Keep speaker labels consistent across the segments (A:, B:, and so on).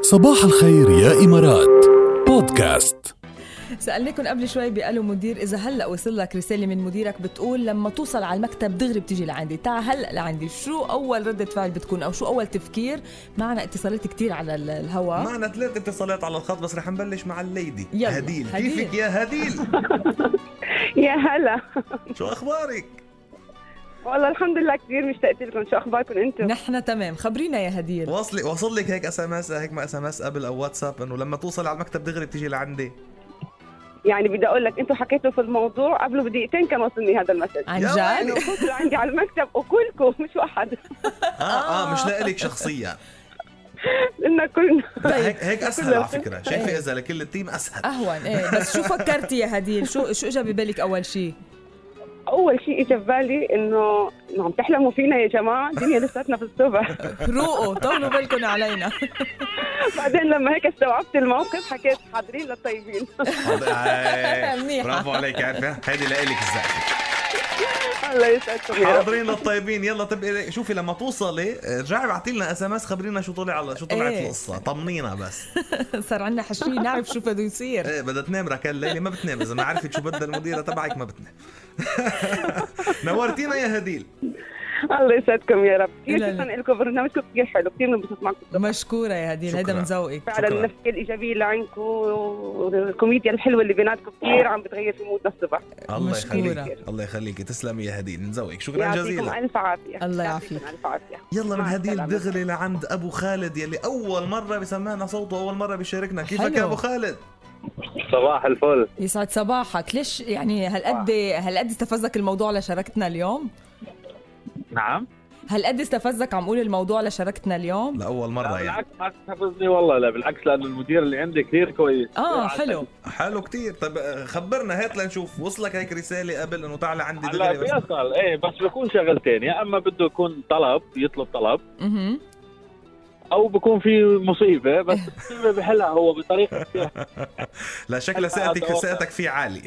A: صباح الخير يا إمارات بودكاست
B: سالناكم قبل شوي بقالوا مدير اذا هلا وصل لك رساله من مديرك بتقول لما توصل على المكتب دغري بتيجي لعندي تعال هلا لعندي شو اول رده فعل بتكون او شو اول تفكير معنا اتصالات كتير على ال- الهوا
C: معنا ثلاث اتصالات على الخط بس رح نبلش مع الليدي
B: يلا،
C: هديل
B: هديل.
C: كيفك يا هديل
D: يا هلا
C: شو اخبارك
D: والله الحمد لله كثير مشتقت لكم شو اخباركم انتم
B: نحن تمام خبرينا يا هدير
C: وصلي وصل لك هيك اس ام اس هيك ما اس ام اس قبل او واتساب انه لما توصل على المكتب دغري بتيجي لعندي
D: يعني بدي اقول لك انتم حكيتوا في الموضوع قبله بدقيقتين كان وصلني هذا المسج
B: عن
C: يا
B: جد
D: انه كنتوا عندي على المكتب وكلكم مش واحد
C: اه
B: آه.
C: اه مش لك شخصيا
D: لنا كلنا
C: لا،
B: طيب.
C: هيك هيك اسهل على فكره
B: إيه.
C: شايفه اذا لكل التيم اسهل
B: اهون ايه بس شو فكرتي يا هدير شو شو اجى ببالك اول شيء
D: اول شيء اجى في بالي انه إنه عم تحلموا فينا يا جماعه الدنيا لساتنا في الصبح
B: روقوا طولوا بالكم علينا
D: بعدين لما هيك استوعبت الموقف حكيت حاضرين للطيبين
C: هاي.
B: منيحة.
C: برافو عليك عارفه هيدي لك الزعل
D: الله يسعدكم يا رب
C: حاضرين للطيبين يلا تبقي شوفي لما توصلي ارجعي ابعتي لنا اس ام اس خبرينا شو طلع على شو طلعت
B: إيه.
C: القصه طمنينا بس
B: صار عندنا حشرين نعرف شو بده يصير
C: ايه بدها تنام ركال الليله ما بتنام اذا ما عرفت شو بدها المديره تبعك ما بتنام نورتينا يا هديل
D: الله يسعدكم يا رب كثير
B: لا، لا.
D: شكرا لكم برنامجكم كثير حلو كثير بنبسط معكم الصبح.
B: مشكوره يا هدير هيدا
C: شكراً.
B: من ذوقك
D: فعلا
C: شكراً.
D: النفسيه الايجابيه اللي عندكم والكوميديا الحلوه اللي بيناتكم كثير عم بتغير في مودنا الصبح
C: الله
B: مشكورة.
C: يخليك الله يخليك تسلمي يا هديل نزويك شكرا
D: يعطيكم
C: جزيلا
D: الف عافيه
B: الله
D: يعطيكم
B: يعافيك.
D: الف عافيه
C: يلا من
D: مع
C: هديل
D: السلامة.
C: دغري لعند ابو خالد يلي اول مره بسمعنا صوته اول مره بيشاركنا كيفك
B: حلو.
C: يا ابو خالد
E: صباح الفل
B: يسعد صباحك ليش يعني هالقد هالقد استفزك الموضوع لشاركتنا اليوم
E: نعم
B: هالقد استفزك عم قول الموضوع لشاركتنا اليوم
C: لاول
E: لا
C: مره يعني
E: بالعكس ما تحفزني والله لا بالعكس لانه المدير اللي عندي كثير كويس
B: اه حلو
C: حلو كتير طب آه، خبرنا هات لنشوف وصلك هيك رساله قبل انه تعال عندي
E: هلا
C: دغري بس-
E: بيصل ايه بس بكون شغلتين يا اما بده يكون طلب يطلب طلب
B: اها
E: او بكون في مصيبه بس المصيبه بحلها هو بطريقه كتير
C: لا شكلها سقتك سقتك فيه عالي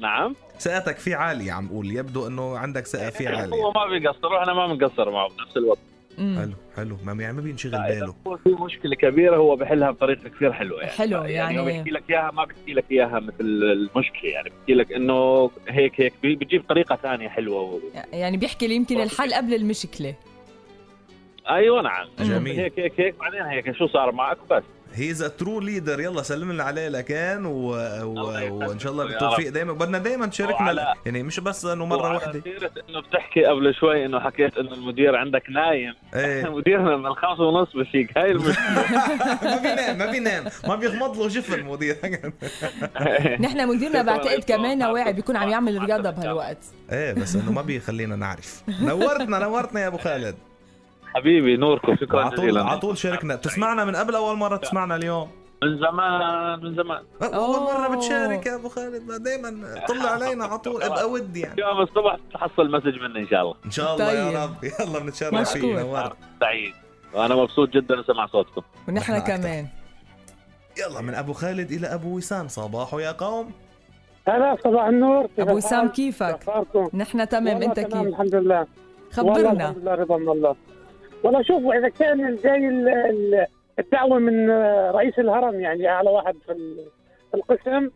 E: نعم
C: سقتك فيه عالي عم قول يبدو انه عندك سقه فيه
E: هو
C: عالي
E: ما بيقصر واحنا ما بنقصر معه بنفس الوقت
B: أمم.
C: حلو حلو ما يعني ما بينشغل
E: لا،
C: باله
E: اذا بكون في مشكله كبيره هو بحلها بطريقه كثير حلوه يعني
B: حلو،
E: هو
B: يعني-
E: بيحكي لك اياها ما بيحكي لك اياها مثل المشكله يعني بيحكي لك انه هيك هيك بي- بتجيب طريقه ثانيه حلوه
B: يعني بيحكي لي يمكن الحل قبل المشكله
E: ايوه نعم
C: جميل.
E: هيك هيك هيك بعدين هيك شو صار معك بس
C: هي از ترو ليدر يلا سلم لنا عليه لكان و... و...
E: الله يخليك
C: وان شاء الله
E: يا رب.
C: بالتوفيق دائما بدنا دائما تشاركنا
E: وعلى-
C: ل- يعني مش بس انه مره
E: وعلى
C: واحده
E: سيرة انه بتحكي قبل شوي انه حكيت انه المدير عندك نايم
C: ايه
E: مديرنا من الخمسة ونص بشيك هاي المشكلة
C: ما بينام ما بينام ما بيغمض له جفن مدير
B: نحن مديرنا
E: طبعاً،
B: بعتقد
E: طبعاً،
B: كمان
E: طبعاً،
B: واعي بيكون عم يعمل
E: طبعاً،
B: رياضه
E: طبعاً.
B: بهالوقت
C: ايه بس انه ما بيخلينا نعرف نورتنا نورتنا يا ابو خالد
E: حبيبي نوركم شكرا
C: على طول
E: جزيلا
C: على طول شاركنا بتسمعنا من قبل اول مره بتسمعنا اليوم
E: من زمان من زمان
C: اول مره
B: أوه.
C: بتشارك يا ابو خالد دائما طل علينا على طول ابقى ودي يعني
E: اليوم الصبح تحصل مسج مني ان شاء الله
C: ان شاء الله
B: طيب.
C: يا رب يلا بنتشرف فيك
B: مشكور.
C: نورت
E: سعيد وانا مبسوط جدا اسمع صوتكم
B: ونحن
C: نحن أكتر.
B: كمان
C: يلا من ابو خالد الى ابو وسام صباحو يا قوم
F: هلا صباح النور كيف
B: ابو سام
F: الحال؟
B: كيفك
F: اخباركم؟
B: نحن تمام
F: والله
B: انت
F: تمام
B: كيف
F: الحمد لله والله الحمد
B: خبرنا
F: لله رضا من الله والله شوفوا اذا كان جاي ال- ال- الدعوه من آه، رئيس الهرم يعني على واحد في ال- في القسم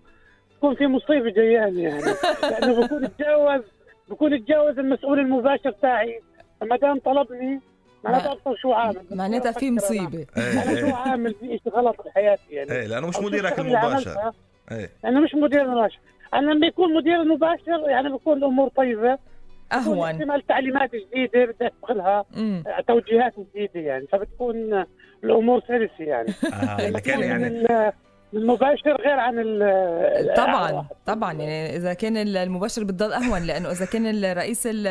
F: تكون في مصيبه جاياني يعني لانه بكون اتجاوز بكون اتجاوز المسؤول المباشر تاعي فما دام طلبني معناتها ابصر شو عامل
B: معناتها في
F: أفكر أنا.
B: مصيبه
C: ايه
F: انا شو
C: ايه
F: عامل في شيء غلط بحياتي يعني
C: ايه لانه مش
F: أو شو
C: مديرك
F: الشغل اللي
C: المباشر
F: عملتها.
C: ايه
F: انا مش مدير مباشر انا لما يكون مدير مباشر يعني بكون الامور طيبه بكون
B: اهون
F: احتمال تعليمات جديده بدي ادخلها
B: أمم.
F: توجيهات جديده يعني فبتكون الامور سلسه يعني
C: آه اللي كان
F: بكون
C: يعني
F: من- من المباشر غير عن ال- عن
B: طبعا
F: الواحد.
B: طبعا يعني اذا كان المباشر بتضل اهون لانه اذا كان الرئيس ال-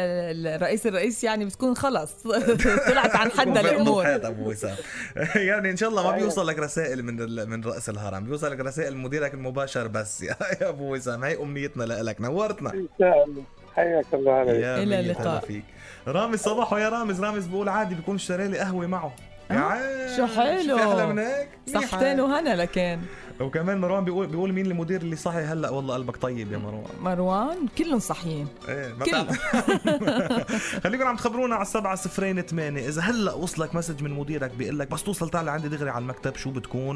B: الرئيس الرئيس يعني بتكون خلص طلعت عن حدها
C: بنفتح
B: الامور
C: حيط ابو وسام يعني ان شاء الله ما
B: أيوه.
C: بيوصل لك رسائل من ال... من راس الهرم بيوصل لك رسائل مديرك المباشر بس يا يا ابو وسام هي امنيتنا لك نورتنا
F: ان شاء الله حياك الله عليك
C: يا
B: إلى
C: مية
B: اللقاء.
C: هلا فيك رامز صباحو يا رامز رامز بقول عادي بيكون اشترى لي قهوه معه يا عيني،
B: آه؟ شو حلو.
C: شو في احلى من هيك منيحة.
B: صحتين وهنا لكان
C: وكمان مروان بيقول بيقول مين المدير اللي صحي هلا والله قلبك طيب يا مروان
B: مروان كلهم صحيين
C: ايه ما
B: كلهم
C: بتعرف. خليكم عم تخبرونا على السبعة صفرين ثمانية إذا هلا وصلك مسج من مديرك بيقول لك بس توصل تعال عندي دغري على المكتب شو بتكون